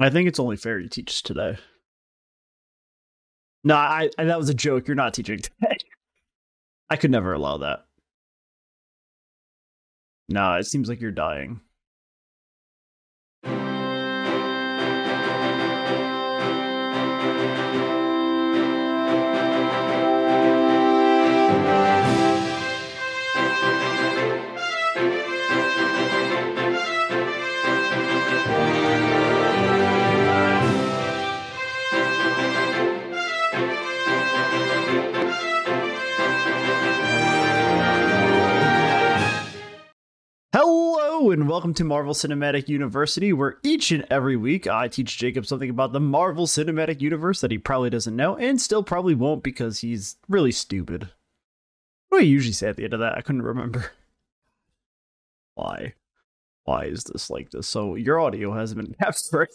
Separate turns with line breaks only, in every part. I think it's only fair you teach today. No, I, I that was a joke. You're not teaching today. I could never allow that. Nah, it seems like you're dying. Hello, and welcome to Marvel Cinematic University, where each and every week I teach Jacob something about the Marvel Cinematic Universe that he probably doesn't know and still probably won't because he's really stupid. What do I usually say at the end of that? I couldn't remember. Why? Why is this like this? So, your audio has been captured.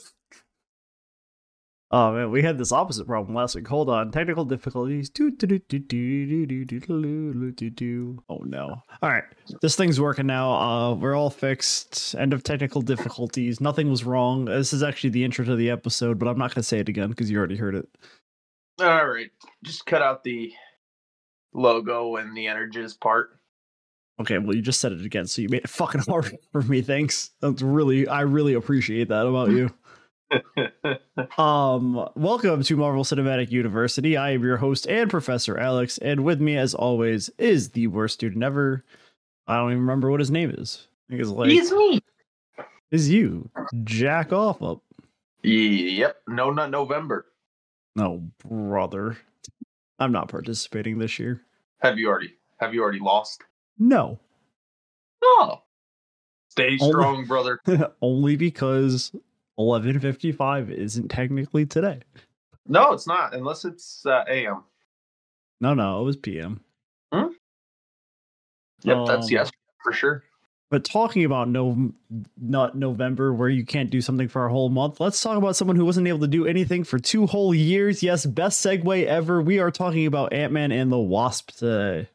Oh man, we had this opposite problem last week. Hold on, technical difficulties. Doo, doo, doo, doo, doo, doo, doo, doo, doo, doo, doo, doo, doo. Oh no! All right, this thing's working now. Uh, we're all fixed. End of technical difficulties. Nothing was wrong. Uh, This is actually the intro to the episode, but I'm not gonna say it again because you already heard it.
All right, just cut out the logo and the energies part.
Okay, well you just said it again, so you made it fucking hard for me. Thanks. That's really I really appreciate that about you. Um, welcome to Marvel Cinematic University. I am your host and Professor Alex, and with me, as always, is the worst student ever. I don't even remember what his name is. I think it's like
He's me.
is you jack off up.
Yep. No, not November.
No, brother, I'm not participating this year.
Have you already? Have you already lost?
No,
No. Stay
Only-
strong, brother.
only because 11:55 isn't technically today.
No, it's not unless it's uh, AM.
No, no, it was PM.
Yep,
Um,
that's yes for sure.
But talking about no, not November, where you can't do something for a whole month. Let's talk about someone who wasn't able to do anything for two whole years. Yes, best segue ever. We are talking about Ant Man and the Wasp today.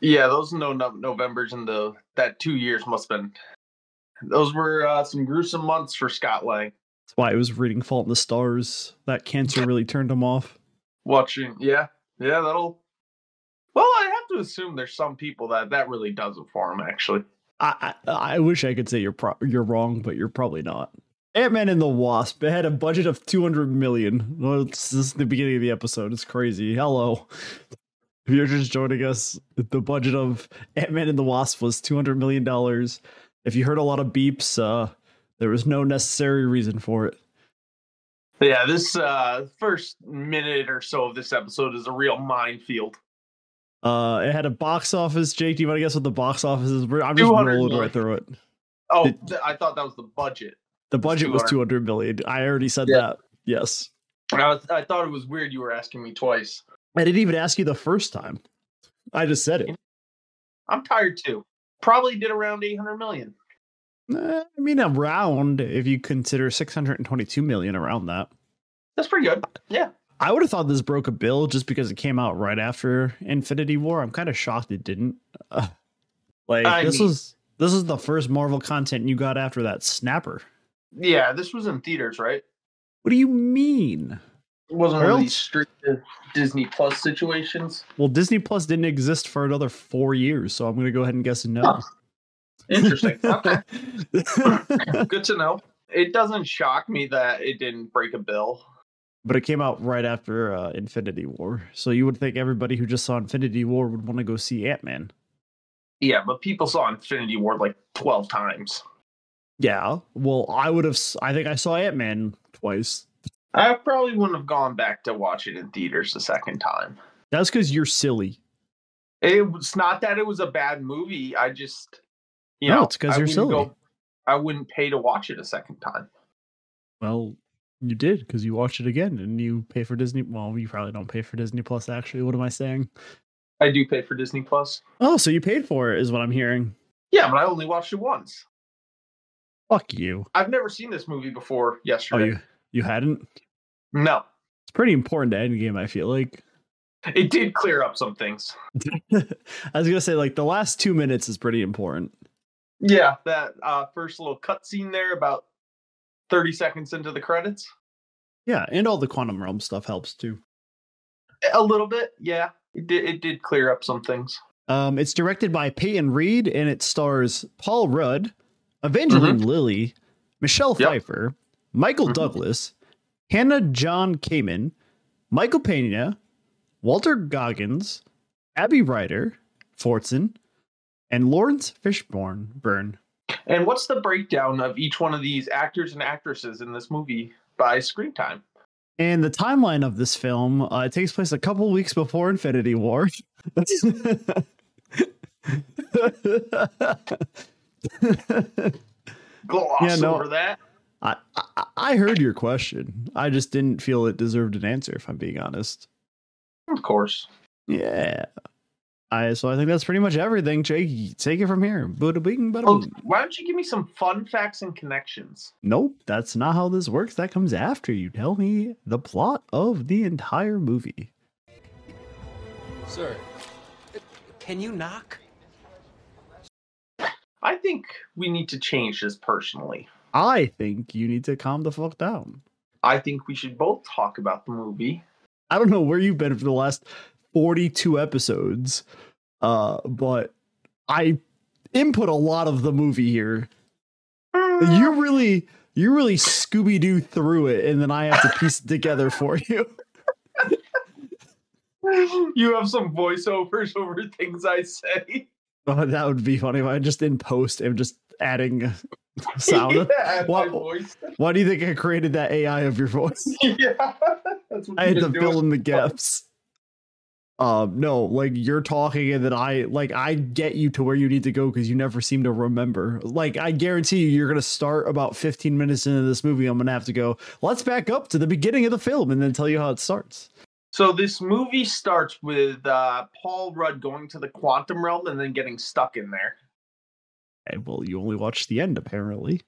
Yeah, those no, no Novembers and the that two years must have been. Those were uh, some gruesome months for Scott Lang.
That's why I was reading Fault in the Stars. That cancer really turned him off.
Watching, yeah, yeah, that'll. Well, I have to assume there's some people that that really does it for him. Actually,
I I, I wish I could say you're pro- you're wrong, but you're probably not. Ant Man and the Wasp. It had a budget of 200 million. Well, it's- this is the beginning of the episode. It's crazy. Hello. If you're just joining us, the budget of Ant Man and the Wasp was 200 million dollars. If you heard a lot of beeps, uh, there was no necessary reason for it.
Yeah, this uh, first minute or so of this episode is a real minefield.
Uh, it had a box office. Jake, do you want to guess what the box office is? We're- I'm just
200
rolling
million.
right through it.
Oh,
Did-
th- I thought that was the budget.
The budget was 200
200.
million. I already said
Yeah.
that. Yes.
I, was, I thought it was weird you were asking me twice.
I didn't even ask you the first time. I just said it.
I'm tired too. Probably did around 800 million.
Eh, I mean, around if you consider 622 million around that.
That's pretty good. Yeah.
I would have thought this broke a bill just because it came out right after Infinity War. I'm kind of shocked it didn't. Uh, like
I
this
mean-
was this is the first Marvel content you got after that snapper.
Yeah, this was in theaters, right?
What do you mean?
It wasn't one
Well-
of these strict Disney Plus situations.
Well, Disney Plus didn't exist for another four years, so I'm going to go ahead and guess no.
Huh. Interesting. okay. Good to know. It doesn't shock me that it didn't break a bill.
but it came out right after uh, Infinity War. So you would think everybody who just saw Infinity War would want to go see Ant Man.
Yeah, but people saw Infinity War like 12 times.
Yeah. Well, I would have. s- I think I saw Ant Man twice.
I probably wouldn't have gone back to watch it in theaters the second time.
That's because you're silly.
It was not that it was a bad movie. I just, you
No,
know,
it's 'cause
I
you're
wouldn't
silly.
I wouldn't pay to watch it a second time.
Well, you did because you watched it again and you pay for Disney. Well, you probably don't pay for Disney Plus. Actually, what am I saying?
I do pay for Disney Plus.
Oh, so you paid for it is what I'm hearing.
Yeah, but I only watched it once.
Fuck you.
I've never seen this movie before.
Oh,
Yesterday,
you you hadn't.
no,
It's pretty important to Endgame. I feel like.
it did clear up some things.
I was gonna say like the last two minutes is pretty important.
Yeah, that uh, first little cutscene there about 30 seconds into the credits.
Yeah, and all the quantum realm stuff helps too.
A little bit, yeah. It did, it did clear up some things.
Um, it's directed by Peyton Reed and it stars Paul Rudd, Evangeline Lilly, Michelle
Yep.
Pfeiffer, Michael
Mhm.
Douglas, Hannah John Kamen, Michael Pena, Walter Goggins, Abby Ryder, Fortson, and Lawrence Fishburne. Burn.
And what's the breakdown of each one of these actors and actresses in this movie by screen time?
And the timeline of this film uh, it takes place a couple weeks before Infinity War.
Gloss
Yeah, no.
over that.
I, I I heard your question. I just didn't feel it deserved an answer. If I'm being honest,
Of course.
yeah. I so I think that's pretty much everything. Jake, take it from here. Bada bing, bada
Well,
boom.
why don't you give me some fun facts and connections?
Nope, that's not how this works. That comes after you tell me the plot of the entire movie.
Sir, can you knock?
I think we need to change this personally.
I think you need to calm the fuck down.
I think we should both talk about the movie.
I don't know where you've been for the last 42 episodes, uh, but I input a lot of the movie here. You really, you really Scooby Doo through it, and then I have to piece it together for you.
you have some voiceovers over things I say.
Oh, that would be funny if I just in post am just adding sound.
yeah, my
What-
voice.
Why do you think I created that AI of your voice?
yeah. That's what
I had
you
to
do.
fill in the gaps. Um, no, like you're talking, and then I like I get you to where you need to go because you never seem to remember. Like I guarantee you, you're gonna start about 15 minutes into this movie. I'm gonna have to go. Let's back up to the beginning of the film and then tell you how it starts.
So this movie starts with uh, Paul Rudd going to the quantum realm and then getting stuck in there.
And well, you only watched the end apparently.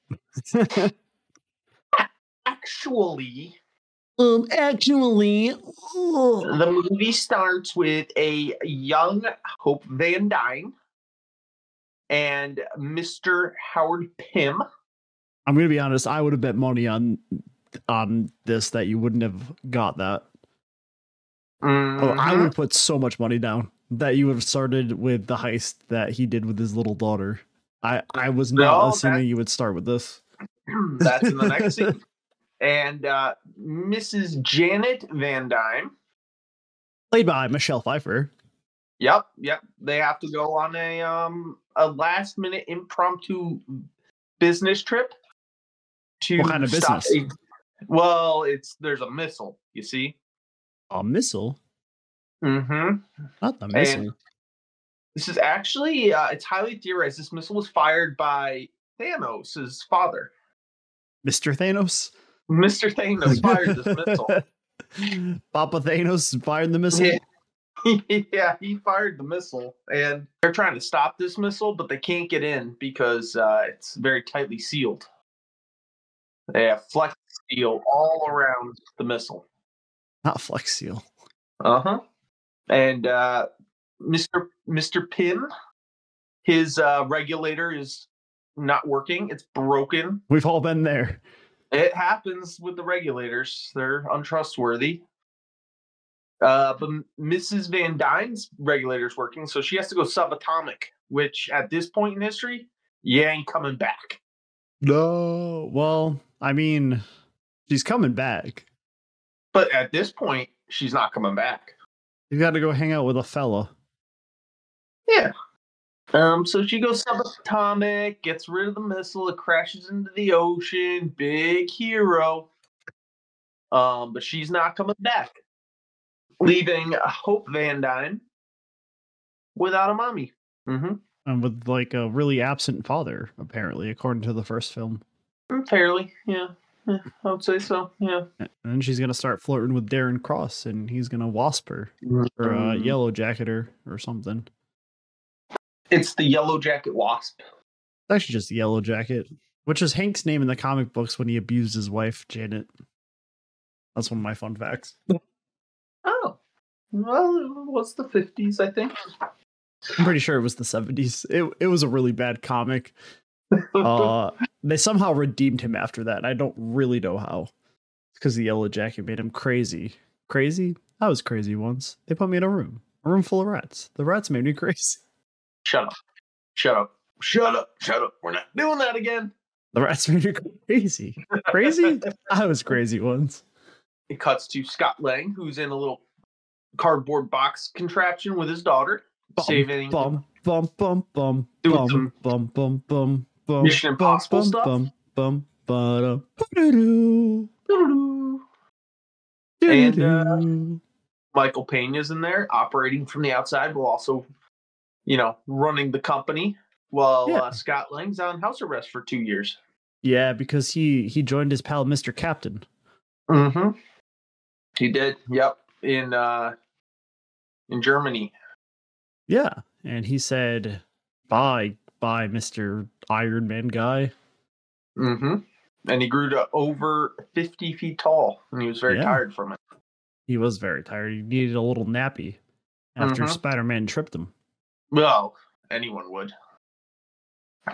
Actually,
Um, actually,
the movie starts with a young Hope Van Dyne and Mr. Howard Pym.
I'm gonna be honest. I would have bet money on on this that you wouldn't have got that. Oh, I
Mhm.
would put so much money down that you would have started with the heist that he did with his little daughter. I, I was not
No,
assuming
that-
you would start with this.
Mm-hmm. That's in the next scene. And uh, Mrs. Janet Van Dyne.
Played by Michelle Pfeiffer.
Yep, yep. They have to go on a um a last minute impromptu business trip to
What kind of
stop
business?
a- well, it's there's a missile, you see.
A missile,
Mm-hmm.
not the missile.
This is actually uh, it's highly theorized. This missile was fired by Thanos' father.
Mr. Thanos.
Mr. Thanos fired this missile.
Papa Thanos fired the missile.
Yeah. yeah, he fired the missile, and they're trying to stop this missile, but they can't get in because uh, it's very tightly sealed. They have flex steel all around the missile.
Not Flex Seal.
Uh huh. And uh, Mr. Mr. Pym, his uh, regulator is not working. It's broken.
We've all been there.
It happens with the regulators. They're untrustworthy. Uh, but M- Mrs. Van Dyne's regulator's working, so she has to go subatomic, which at this point in history, you ain't coming back.
No. Well, I mean, she's coming back.
But at this point, she's not coming back.
You got to go hang out with a fella.
Um, so she goes subatomic, gets rid of the missile, it crashes into the ocean, big hero. Um, but she's not coming back, leaving Hope Van Dyne without a mommy. Mm-hmm.
And um, with like a really absent father, apparently, according to the first film.
Mm, Fairly, yeah. Yeah, I would say so. Yeah.
And then she's gonna start flirting with Darren Cross, and he's gonna wasp her or uh,
Mm.
yellow jacket her or something.
It's the yellow jacket wasp.
It's actually just yellow jacket, which is Hank's name in the comic books when he abused his wife Janet. That's one of my fun facts.
Oh. Well, it was the 50s, I think.
I'm pretty sure it was the 70s. It it was a really bad comic.
Oh.
uh, they somehow redeemed him after that. and I don't really know how. Because the yellow jacket made him crazy. Crazy? I was crazy once. They put me in a room, a room full of rats. The rats made me crazy.
Shut up. Shut up. Shut up. Shut up. We're not doing that again.
The rats made me crazy. Crazy? I was crazy once.
It cuts to Scott Lang, who's in a little cardboard box contraption with his daughter,
Bum,
saving
Bum, bum, bum, bum,
Doing
bum,
some
bum, bum, bum, bum.
Mission
bum,
Impossible
bum,
stuff.
Bum, bum, ba-dum, ba-doo-doo,
And, uh,
doo-doo-doo.
Michael Pena's in there operating from the outside while also, you know, running the company while
Yeah.
uh, Scott Lang's on house arrest for two years.
Yeah, because he he joined his pal Mr. Captain.
Mm-hmm. He did. Yep. In uh in Germany.
Yeah, and he said, "Bye, bye, Mister Iron Man guy."
Mm-hmm. And he grew to over fifty feet tall and he was very
Yeah.
tired from it.
He was very tired. He needed a little nappy after
Mhm.
Spider Man tripped him.
Well, anyone would.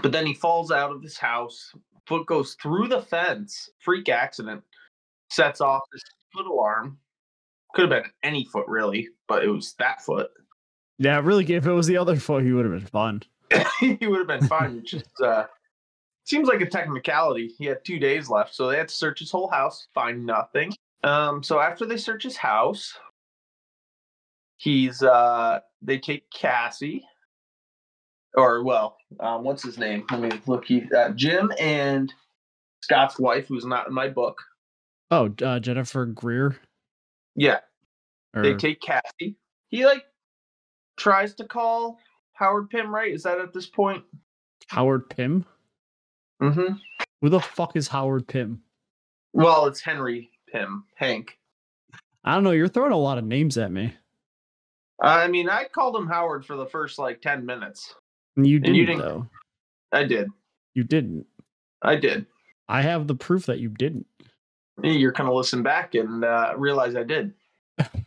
But then he falls out of his house, foot goes through the fence, freak accident, sets off his foot alarm. Could have been any foot, really, but it was that foot.
Yeah, really. If it was the other foot, he would have been fine.
he would have been fine, which is, uh, seems like a technicality. He had two days left, so they had to search his whole house, find nothing. Um, so after they search his house, he's, uh, they take Cassie, or well, um, what's his name? Let me look. He, uh, Jim and Scott's wife, who's not in my book.
Oh, uh, Jennifer Greer.
Yeah,
Or,
they take Cassie. He like tries to call Howard Pym, right? Is that at this point?
Howard Pym.
Mm-hmm.
Who the fuck is Howard Pym?
Well, it's Henry Pym, Hank.
I don't know. You're throwing a lot of names at me.
I mean, I called him Howard for the first like 10 minutes.
And you didn't,
And you didn't-
though.
I did.
You didn't.
I did.
I have the proof that you didn't.
You're going to listen back and uh, realize I did.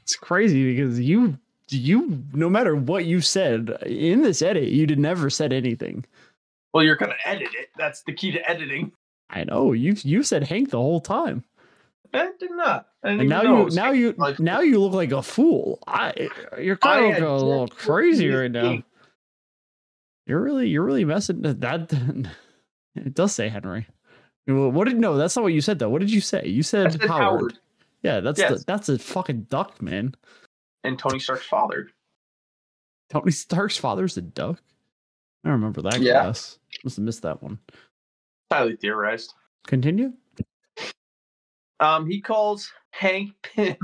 It's crazy because you you no matter what you said in this edit, you did never said anything.
Well, you're going to edit it. That's the key to editing.
I know oh, you you said Hank the whole time,
I did not. I didn't
and
even
now
know it
you
was
now
Hank.
you
Like-
now you look like a fool. I you're kind
I
of going a little
just-
crazy right now. You're really you're really messing that. that it does say Henry. Well, What did no? That's not what you said though. What did you say? You
I
said,
said
Howard.
Howard
Yeah, that's the,
Yes.
that's a fucking duck, man.
and Tony Stark's father.
Tony Stark's father's a duck. I remember that
Yeah.
class. Must have missed that one.
Highly theorized.
Continue.
Um, he calls Hank Pym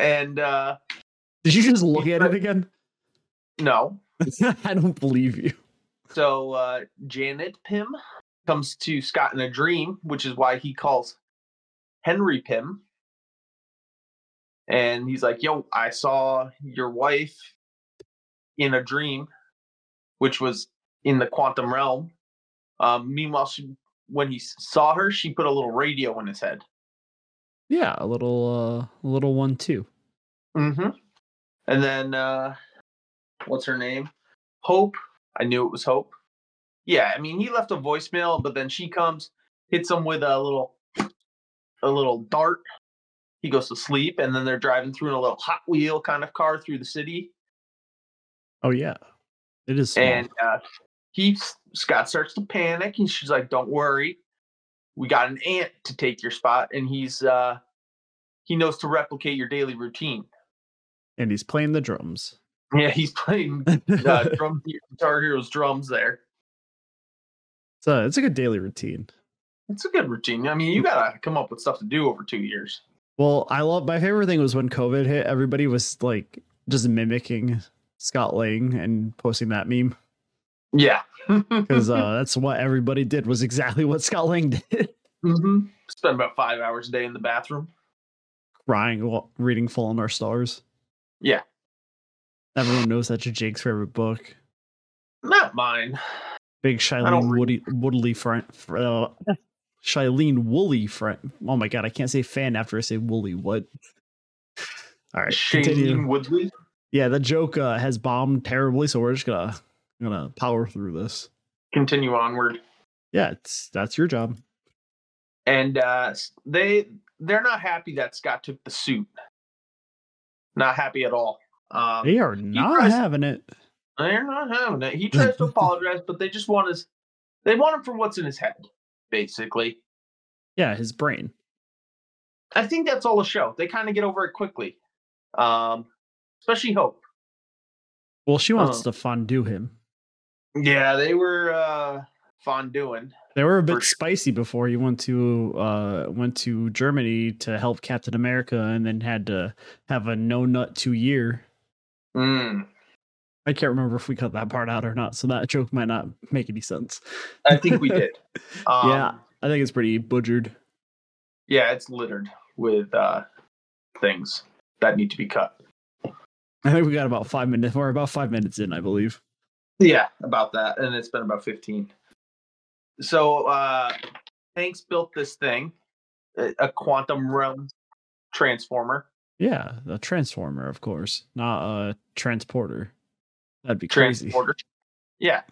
and uh,
Did you just look at it again?
no,
I don't believe you.
So uh, Janet Pym comes to Scott in a dream, which is why he calls Henry Pym. And he's like, Yo, I saw your wife in a dream, which was in the quantum realm. Um, meanwhile, she, when he s- saw her, she put a little radio in his head.
Yeah, a little uh a little one too.
Mm-hmm. And then uh what's her name? Hope. I knew it was Hope. Yeah, I mean he left a voicemail, but then she comes, hits him with a little a little dart. He goes to sleep, and then they're driving through in a little Hot Wheel kind of car through the city.
Oh yeah. It is small.
And uh, he s- Scott starts to panic, and she's like, "Don't worry, we got an ant to take your spot." And he's uh, he knows to replicate your daily routine.
and he's playing the drums.
Yeah, he's playing uh, drum Guitar Hero's drums there.
so it's a good daily routine.
It's a good routine. I mean, you gotta come up with stuff to do over two years.
Well, I love my favorite thing was when COVID hit, everybody was like just mimicking Scott Lang and posting that meme.
Yeah.
Because uh that's what everybody did was exactly what Scott Lang did.
hmm Spend about five hours a day in the bathroom.
Crying while reading Fallen Our Stars.
Yeah.
Everyone knows that's Jake's favorite book.
Not mine.
Big
don't
Shailene Woody, Woodley friend. Uh, Shailene Woolley friend. Oh my god, I can't say fan after I say Woolley. What? All right, continue.
Shane Woodley.
Yeah, the joke uh, has bombed terribly, so we're just gonna gonna power through this.
continue onward.
Yeah, it's that's your job.
and uh, s- they they're not happy that Scott took the suit. Not happy at all. Um,
They are not
tries-
having it.
They're not having it. He tries to apologize, but they just want his they want him for what's in his head, basically.
Yeah, his brain.
I think that's all the show. They kind of get over it quickly, um, especially Hope.
Well, she wants
Oh.
to fondue him.
Yeah, they were uh, fondueing.
They were a
For
bit
sure.
spicy before he went to uh went to Germany to help Captain America and then had to have a no nut two year.
Mm.
I can't remember if we cut that part out or not, so that joke might not make any sense.
I think we did. Um,
Yeah. I think it's pretty butchered.
yeah, it's littered with uh, things that need to be cut.
I think we got about five minutes. We're about five minutes in, I believe.
Yeah, about that. And it's been about 15. So uh Hanks built this thing, a a quantum realm transformer.
Yeah, a transformer, of course, not a transporter. That'd be crazy.
Transporter. Yeah.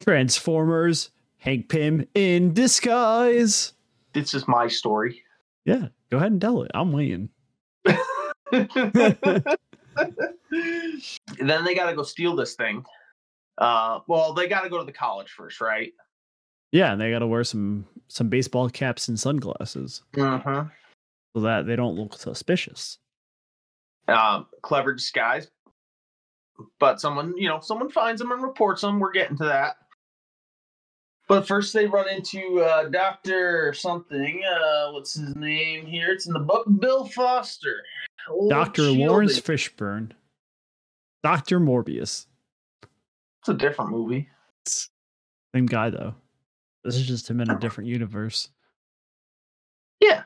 Transformers, Hank Pym in disguise.
This is my story.
Yeah, go ahead and tell it. I'm waiting.
then they gotta go steal this thing. Uh well they gotta go to the college first, right?
Yeah, and they got to wear some some baseball caps and sunglasses
Mm-hmm.
so that they don't look suspicious.
um, clever disguise. But someone, you know, someone finds them and reports them. We're getting to that. But first, they run into uh, Doctor something. Uh, what's his name here? It's in the book. Bill Foster, Old
Doctor
Shield
Lawrence
agent.
Fishburne, Doctor Morbius,
It's a different movie.
same guy though. This is just him in a different universe.
Yeah.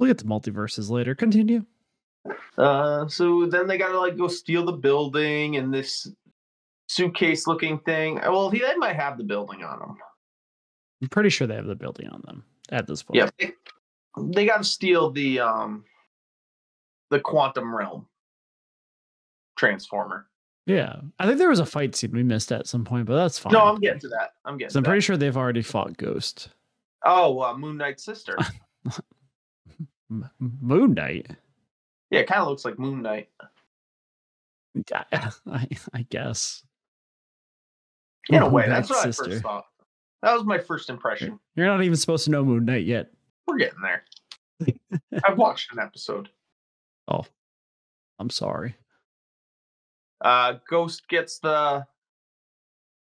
We'll get to multiverses later. Continue.
Uh, so then they gotta like go steal the building and this suitcase-looking thing. Uh, Well, he they might have the building on them.
I'm pretty sure they have the building on them at this point.
Yeah, they, they got to steal the um the quantum realm transformer.
Yeah. I think there was a fight scene we missed at some point, but that's fine.
No, I'm getting to that. I'm getting.
So
To
I'm
that.
pretty sure they've already fought Ghost.
Oh, uh, Moon Knight's sister.
M- Moon Knight.
yeah, it kind of looks like Moon Knight.
I, I, I guess.
In a
Moon
way, that's
Knight's
what I first thought. That was my first impression.
You're not even supposed to know Moon Knight yet.
We're getting there. I've watched an episode.
I'm sorry.
Uh, Ghost gets the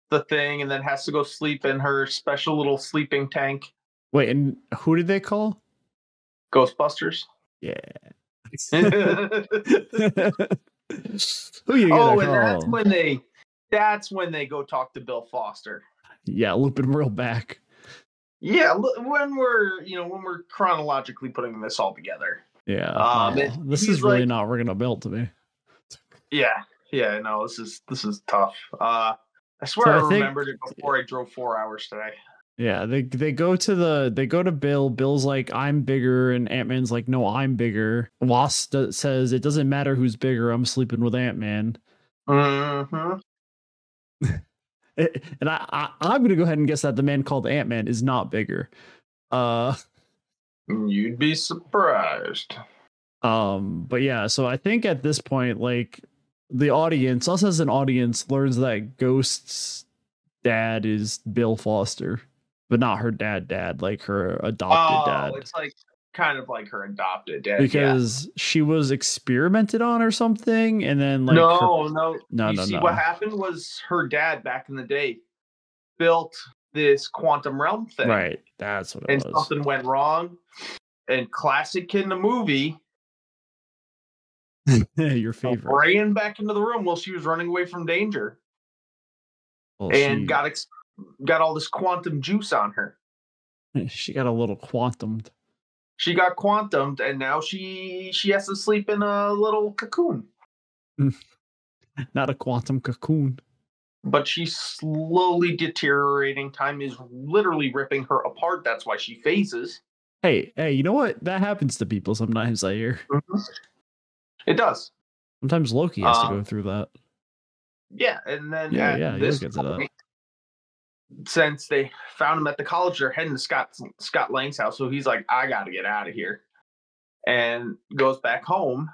the thing and then has to go sleep in her special little sleeping tank.
Wait, and who did they call?
Ghostbusters.
Yeah.
oh,
who you gonna
and that's
call?
when they that's when they go talk to Bill Foster.
yeah, loop him real back.
Yeah, l- when we're you know when we're chronologically putting this all together.
Yeah. wow.
Um, and
this
he's
is really
like-
not we're gonna build to me.
Yeah, yeah, no, this is this is tough. Uh, I swear
So I
I,
think-
remembered it before I drove four hours today.
Yeah, they they go to the they go to Bill. Bill's like I'm bigger, and Ant Man's like no, I'm bigger. Wasp do- says it doesn't matter who's bigger. I'm sleeping with Ant Man,
Mm-hmm.
Eh, and I, I I'm gonna go ahead and guess that the man called Ant Man is not bigger. Uh,
You'd be surprised.
um, but yeah, so I think at this point, like the audience, us as an audience, learns that Ghost's dad is Bill Foster, but not her dad, dad, like her adopted dad.
Oh, it's like kind of like her adopted dad. yeah.
because she was experimented on or something, and then like her-
no, no,
No,
You
no,
see,
no.
what happened was her dad back in the day built this quantum realm thing,
right, that's what it
And
was.
something went wrong. And classic in the movie,
Your favorite,
ran back into the room while she was running away from danger,
Well,
and
she,
got ex- got all this quantum juice on her.
she got a little quantumed.
She got quantumed, and now she she has to sleep in a little cocoon.
Not a quantum cocoon.
But she's slowly deteriorating. Time is literally ripping her apart. That's why she phases.
Hey, hey, you know what? That happens to people sometimes. I hear.
Mm-hmm. It does.
Sometimes Loki has
Uh,
to go through that.
Yeah, and then
Yeah,
at
yeah, you'll
this
get to that.
point, since they found him at the college, they're heading to Scott Scott Lang's house. So he's like, I gotta get out of here, and goes back home.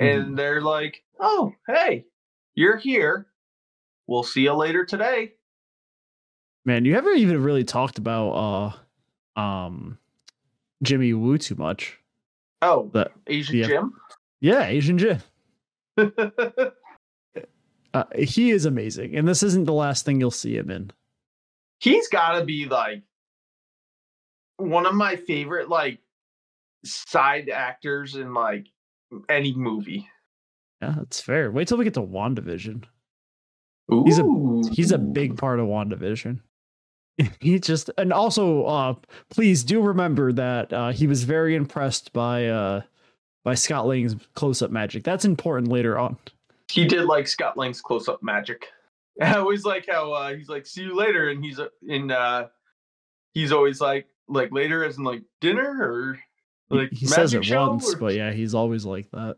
Mm-hmm.
And they're like, Oh, hey, you're here. We'll see you later today.
Man, you haven't even really talked about uh um Jimmy Woo too much.
Oh,
The-
Asian
yeah.
Jim.
Yeah, Asian Jim. Uh, he is amazing, and this isn't the last thing you'll see him in.
he's got to be like one of my favorite like side actors in like any movie.
Yeah, that's fair. Wait till we get to Wandavision. He's a- He's a big part of Wandavision. he just and also uh please do remember that uh he was very impressed by uh by Scott Lang's close up magic. That's important later on.
He did like Scott Lang's close up magic. I always like how uh, he's like, "See you later," and he's uh, in. Uh, he's always like, like later as in like dinner or
He-
like
he, says
magic
it
show
once,
or-
but yeah, he's always like that.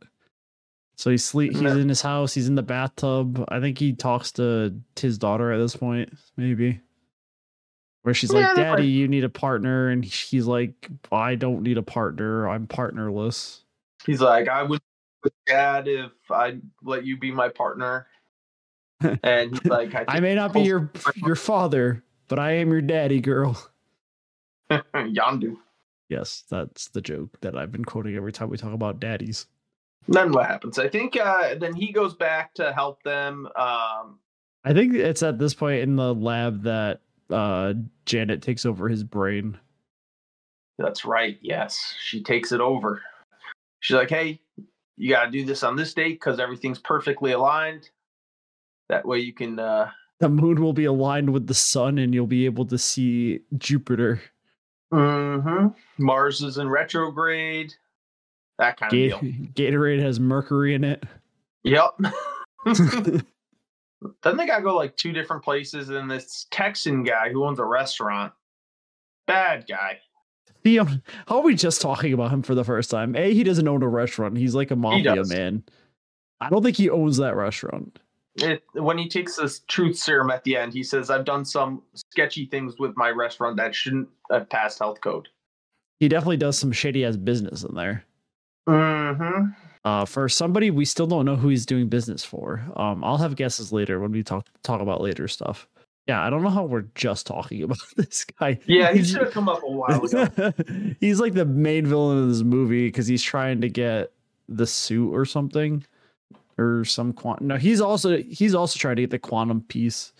So he's sleep. He's
No.
in his house. He's in the bathtub. I think he talks to his daughter at this point, maybe, where she's
Yeah,
like,
that's right.
"Daddy, you need a partner," and he's like, "I don't need a partner. I'm partnerless."
he's like, "I would, be sad if I let you be my partner." And he's like, "I,
I may not be
Oh,
your your father, but I am your daddy, girl.
think Yondu."
Yes, that's the joke that I've been quoting every time we talk about daddies.
Then what happens? I think uh, then he goes back to help them. Um,
I think it's at this point in the lab that uh, Janet takes over his brain.
that's right. Yes, she takes it over. She's like, "Hey, you got to do this on this date because everything's perfectly aligned. That way you can." Uh,
the moon will be aligned with the sun and you'll be able to see Jupiter.
mhm. Mars is in retrograde. That kind
Ga-
of deal.
Gatorade has mercury in it.
Yep. then they gotta go like two different places, and this Texan guy who owns a restaurant, bad guy.
Theo, um, how are we just talking about him for the first time? A, he doesn't own a restaurant. He's like a mafia
does.
man. I don't think he owns that restaurant.
it, when he takes this truth serum at the end, he says, "I've done some sketchy things with my restaurant that shouldn't have passed health code."
He definitely does some shady ass business in there.
Mm-hmm.
Uh, for somebody we still don't know who he's doing business for. Um, I'll have guesses later when we talk talk about later stuff. Yeah, I don't know how we're just talking about this guy.
Yeah, he
He's-
should have come up a while ago.
he's like the main villain of this movie because he's trying to get the suit or something or some quantum no he's also he's also trying to get the quantum piece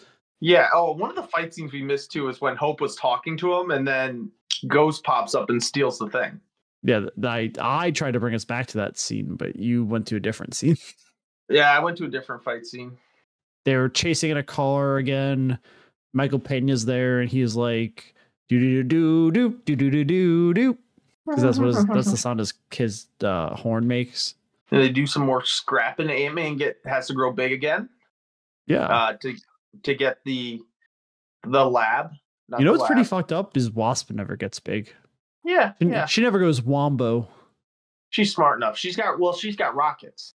yeah. Oh, one of the fight scenes we missed too is when Hope was talking to him, and then Ghost pops up and steals the thing.
yeah th- i i tried to bring us back to that scene but you went to a different scene
Yeah, I went to a different fight scene.
they're chasing in a car again michael pena's there and he's like do do do do do do do do do because that's what his, that's the sound his his uh, horn makes
And they do some more scrapping. Ant Man get has to grow big again
yeah
uh, to to get the the lab. not
you know
the
what's pretty
lab.
fucked up is wasp never gets big
yeah,
She-
yeah.
She never goes wombo.
she's smart enough. She's got well, she's got rockets.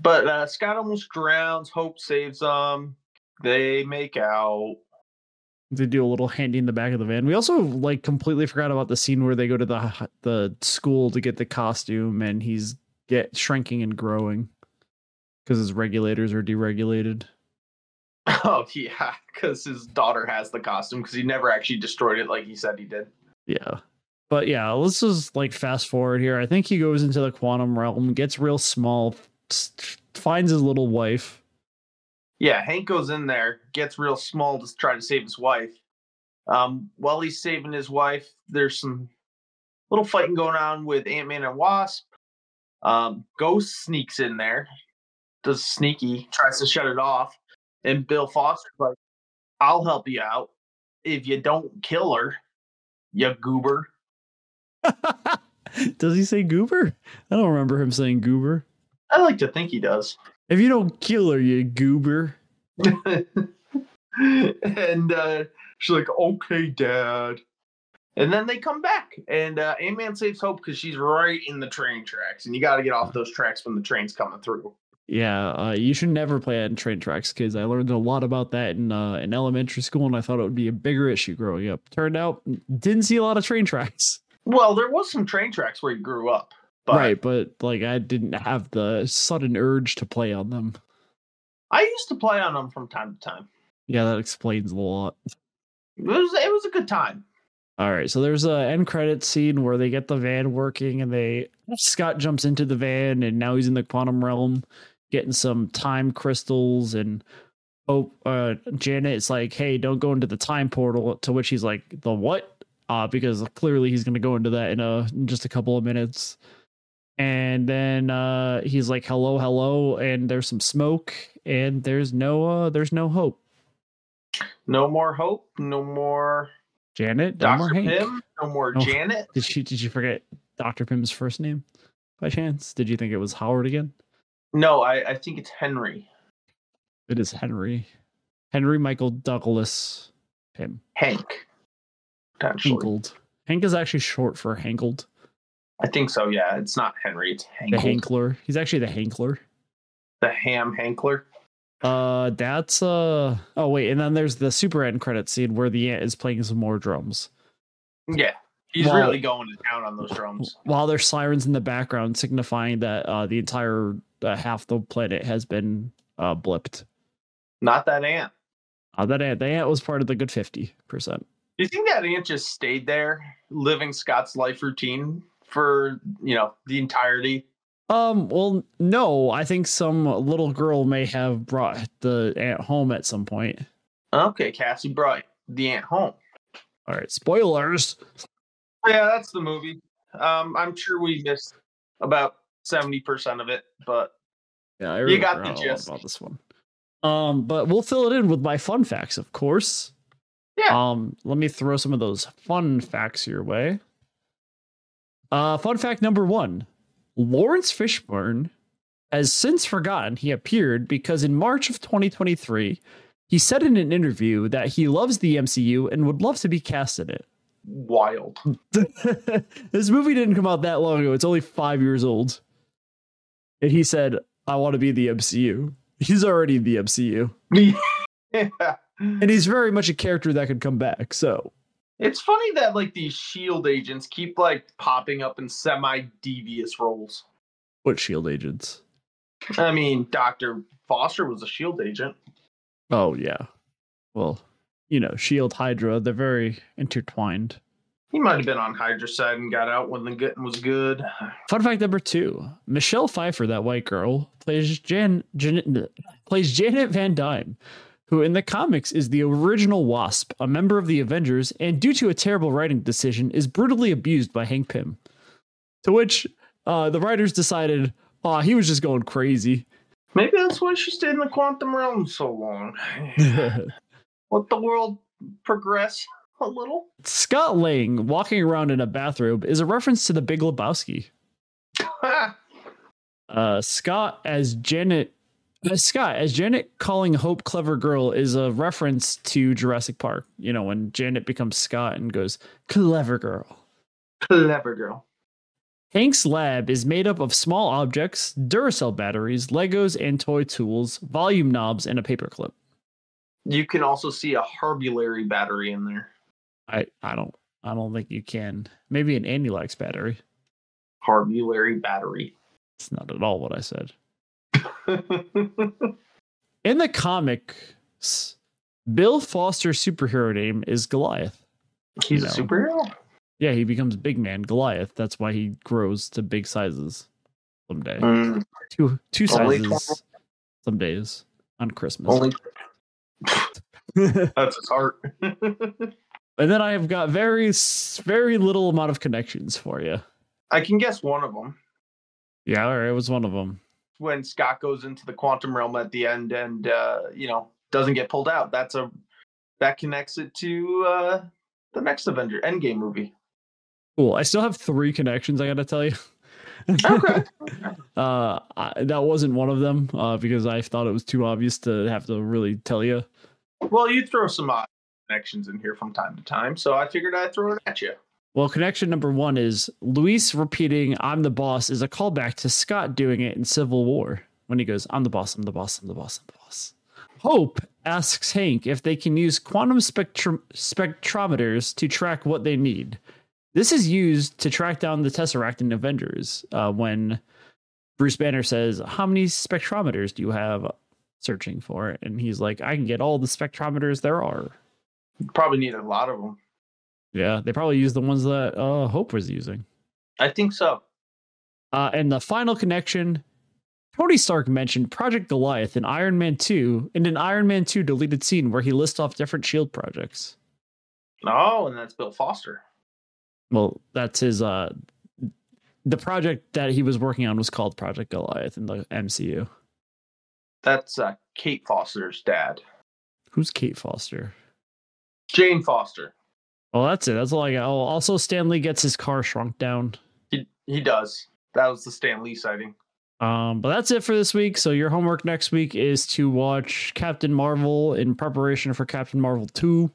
But uh, Scott almost drowns. Hope saves them. They make out.
They do a little handy in the back of the van. We also like completely forgot about the scene where they go to the h- the school to get the costume, and he's get shrinking and growing because his regulators are deregulated.
Oh yeah, because his daughter has the costume because he never actually destroyed it like he said he did.
Yeah. But yeah, let's just like fast forward here. I think he goes into the quantum realm, gets real small, s- finds his little wife.
Yeah, Hank goes in there, gets real small to try to save his wife. Um, while he's saving his wife, there's some little fighting going on with Ant Man and Wasp. Um, Ghost sneaks in there, does sneaky, tries to shut it off, and Bill Foster's like, "I'll help you out if you don't kill her, you goober."
Does he say goober? I don't remember him saying goober.
I like to think he does.
If you don't kill her, you goober.
and uh, she's like, "Okay, Dad." And then they come back, and uh, Ant Man saves Hope because she's right in the train tracks, and you got to get off those tracks when the train's coming through.
Yeah, uh, you should never play on train tracks, kids. I learned a lot about that in uh, in elementary school, and I thought it would be a bigger issue growing up. Turned out, didn't see a lot of train tracks.
Well, there was some train tracks where you grew up, but
Right, but like I didn't have the sudden urge to play on them.
I used to play on them from time to time.
Yeah, that explains a lot.
It was it was a good time.
All right, so there's a end credit scene where they get the van working, and they Scott jumps into the van, and now he's in the quantum realm, getting some time crystals, and oh, uh, Janet is like, "Hey, don't go into the time portal." To which he's like, "The what?" Uh, because clearly he's going to go into that in a in just a couple of minutes. And then uh, he's like, "Hello, hello," and there's some smoke, and there's no uh, there's no hope.
No more hope. No more
Janet, no more
Doctor
Hank. Oh.
Pym. No more
No.
Janet.
Did you did you forget Dr. Pym's first name by chance? Did you think it was Howard again?
No, I, I think it's Henry.
It is Henry. Henry Michael Douglas Pym.
Hank. Potentially.
Hankled. Hank is actually short for Hankled.
I think so. Yeah, it's not Henry. It's Hank.
The Hankler. He's actually the Hankler.
The ham Hankler.
Uh that's uh oh wait, and then there's the super end credit scene where the ant is playing some more drums.
Yeah, he's
Well-
really going to town on those drums.
While there's sirens in the background signifying that uh the entire uh, half the planet has been uh blipped.
Not that ant.
Uh, that ant, the ant was part of the good 50%.
Do you think that ant just stayed there, living Scott's life routine for you know the entirety?
Um, well, no, I think some little girl may have brought the ant home at some point.
Okay, Cassie brought the ant home.
All right, spoilers.
Yeah, that's the movie. Um, I'm sure we missed about seventy percent of it, but
Yeah, I
You got
remember
the
all
gist.
about this one. Um, but we'll fill it in with my fun facts, of course.
Yeah.
Um, let me throw some of those fun facts your way. Uh, fun fact number one: Lawrence Fishburne has since forgotten he appeared because in March of 2023, he said in an interview that he loves the MCU and would love to be cast in it.
wild.
this movie didn't come out that long ago. It's only five years old. And he said, I want to be the MCU. He's already the MCU.
yeah.
And he's very much a character that could come back. So,
It's funny that like these shield agents keep like popping up in semi devious roles.
what shield E agents?
I mean, Doctor Foster was a shield agent.
Oh, yeah. Well, you know, Shield, E Hydra, they're very intertwined.
He might have been on Hydra's side and got out when the getting was good.
Fun fact number two Michelle Pfeiffer, that white girl, plays, Jan, Jan, plays Janet Van Dyne, who in the comics is the original Wasp, a member of the Avengers, and due to a terrible writing decision, is brutally abused by Hank Pym. To which uh, the writers decided, oh, he was just going crazy.
Maybe that's why she stayed in the quantum realm so long. Let the world progress a little.
Scott Lang walking around in a bathrobe is a reference to the Big Lebowski.
Ha!
uh, Scott as Janet. uh, Scott as Janet calling Hope clever girl is a reference to Jurassic Park. You know when Janet becomes Scott and goes clever girl.
Clever girl.
Hank's lab is made up of small objects, Duracell batteries, Legos and toy tools, volume knobs, and a paperclip.
You can also see a Harbulary battery in there.
I I don't I don't think you can. Maybe an Antilax battery.
Harbulary battery.
It's not at all what I said.
That's
In the comics, Bill Foster's superhero name is Goliath.
He's
No.
a superhero?
Yeah, he becomes big man Goliath. That's why he grows to big sizes someday.
Mm,
Two two
Only
sizes some days on Christmas.
only that's his heart.
and then I have got very s- very little amount of connections for you.
I can guess one of them.
Yeah, all right, it was one of them.
When Scott goes into the quantum realm at the end and uh, you know, doesn't get pulled out. That's a that connects it to uh the next Avenger Endgame movie.
Cool. I still have three connections. I gotta tell you.
Okay.
uh, I, that wasn't one of them uh, because I thought it was too obvious to have to really tell you.
Well, you throw some odd connections in here from time to time, so I figured I'd throw it at you.
Well, connection number one is Luis repeating "I'm the boss" is a callback to Scott doing it in Civil War. when he goes, I'm the boss, I'm the boss, I'm the boss, I'm the boss. Hope asks Hank if they can use quantum spectrum- spectrometers to track what they need. This is used to track down the Tesseract in Avengers uh, when Bruce Banner says, How many spectrometers do you have searching for? And he's like, I can get all the spectrometers there are.
Probably need a lot of them.
Yeah, they probably used the ones that uh, Hope was using.
I think so.
Uh, and the final connection Tony Stark mentioned Project Goliath in Iron Man 2 in an Iron Man 2 deleted scene where he lists off different shield E projects.
Oh, and that's Bill Foster.
Well, that's his uh the project that he was working on was called Project Goliath in the MCU.
That's uh, Kate Foster's dad,
Who's Kate Foster?
Jane Foster.
Well, that's it. That's all I got. Oh, also Stanley gets his car shrunk down.
He he does. That was the Stan Lee sighting.
Um, but that's it for this week. So your homework next week is to watch Captain Marvel in preparation for Captain Marvel 2.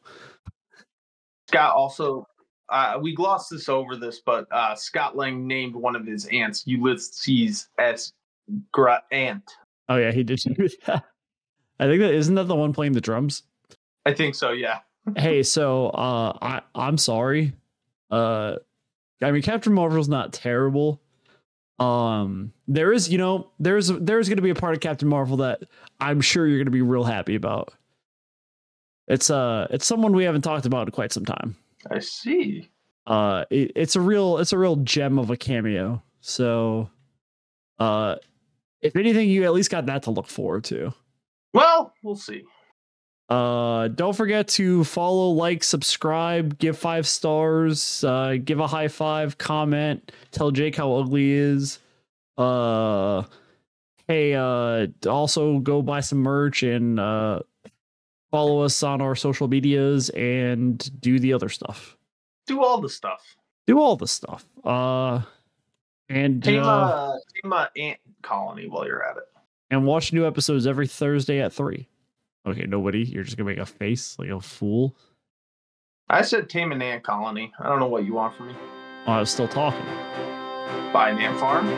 Scott also, uh, we glossed this over this, but uh, Scott Lang named one of his aunts Ulysses S. Gra- Ant.
Oh yeah, he did do that. I think that isn't that the one playing the drums?
I think so. Yeah.
hey, so uh I I'm sorry. Uh I mean Captain Marvel's not terrible. Um there is, you know, there's there's going to be a part of Captain Marvel that I'm sure you're going to be real happy about. It's uh it's someone we haven't talked about in quite some time.
I see.
Uh it, it's a real it's a real gem of a cameo. So uh if anything you at least got that to look forward to.
Well, we'll see.
Uh, don't forget to follow, like, subscribe, give five stars, uh, give a high five, comment, tell Jake how ugly he is. Uh, hey, uh, also go buy some merch and uh, follow us on our social medias and do the other stuff.
Do all the stuff.
Do all the stuff. Uh, and
Tame,
uh,
uh, tame a ant colony while you're at it.
and watch new episodes every Thursday at three. Okay, nobody, you're just gonna make a face like a fool.
I said tame an ant colony. I don't know what you want from me.
Oh, I was still talking.
Buy an ant farm.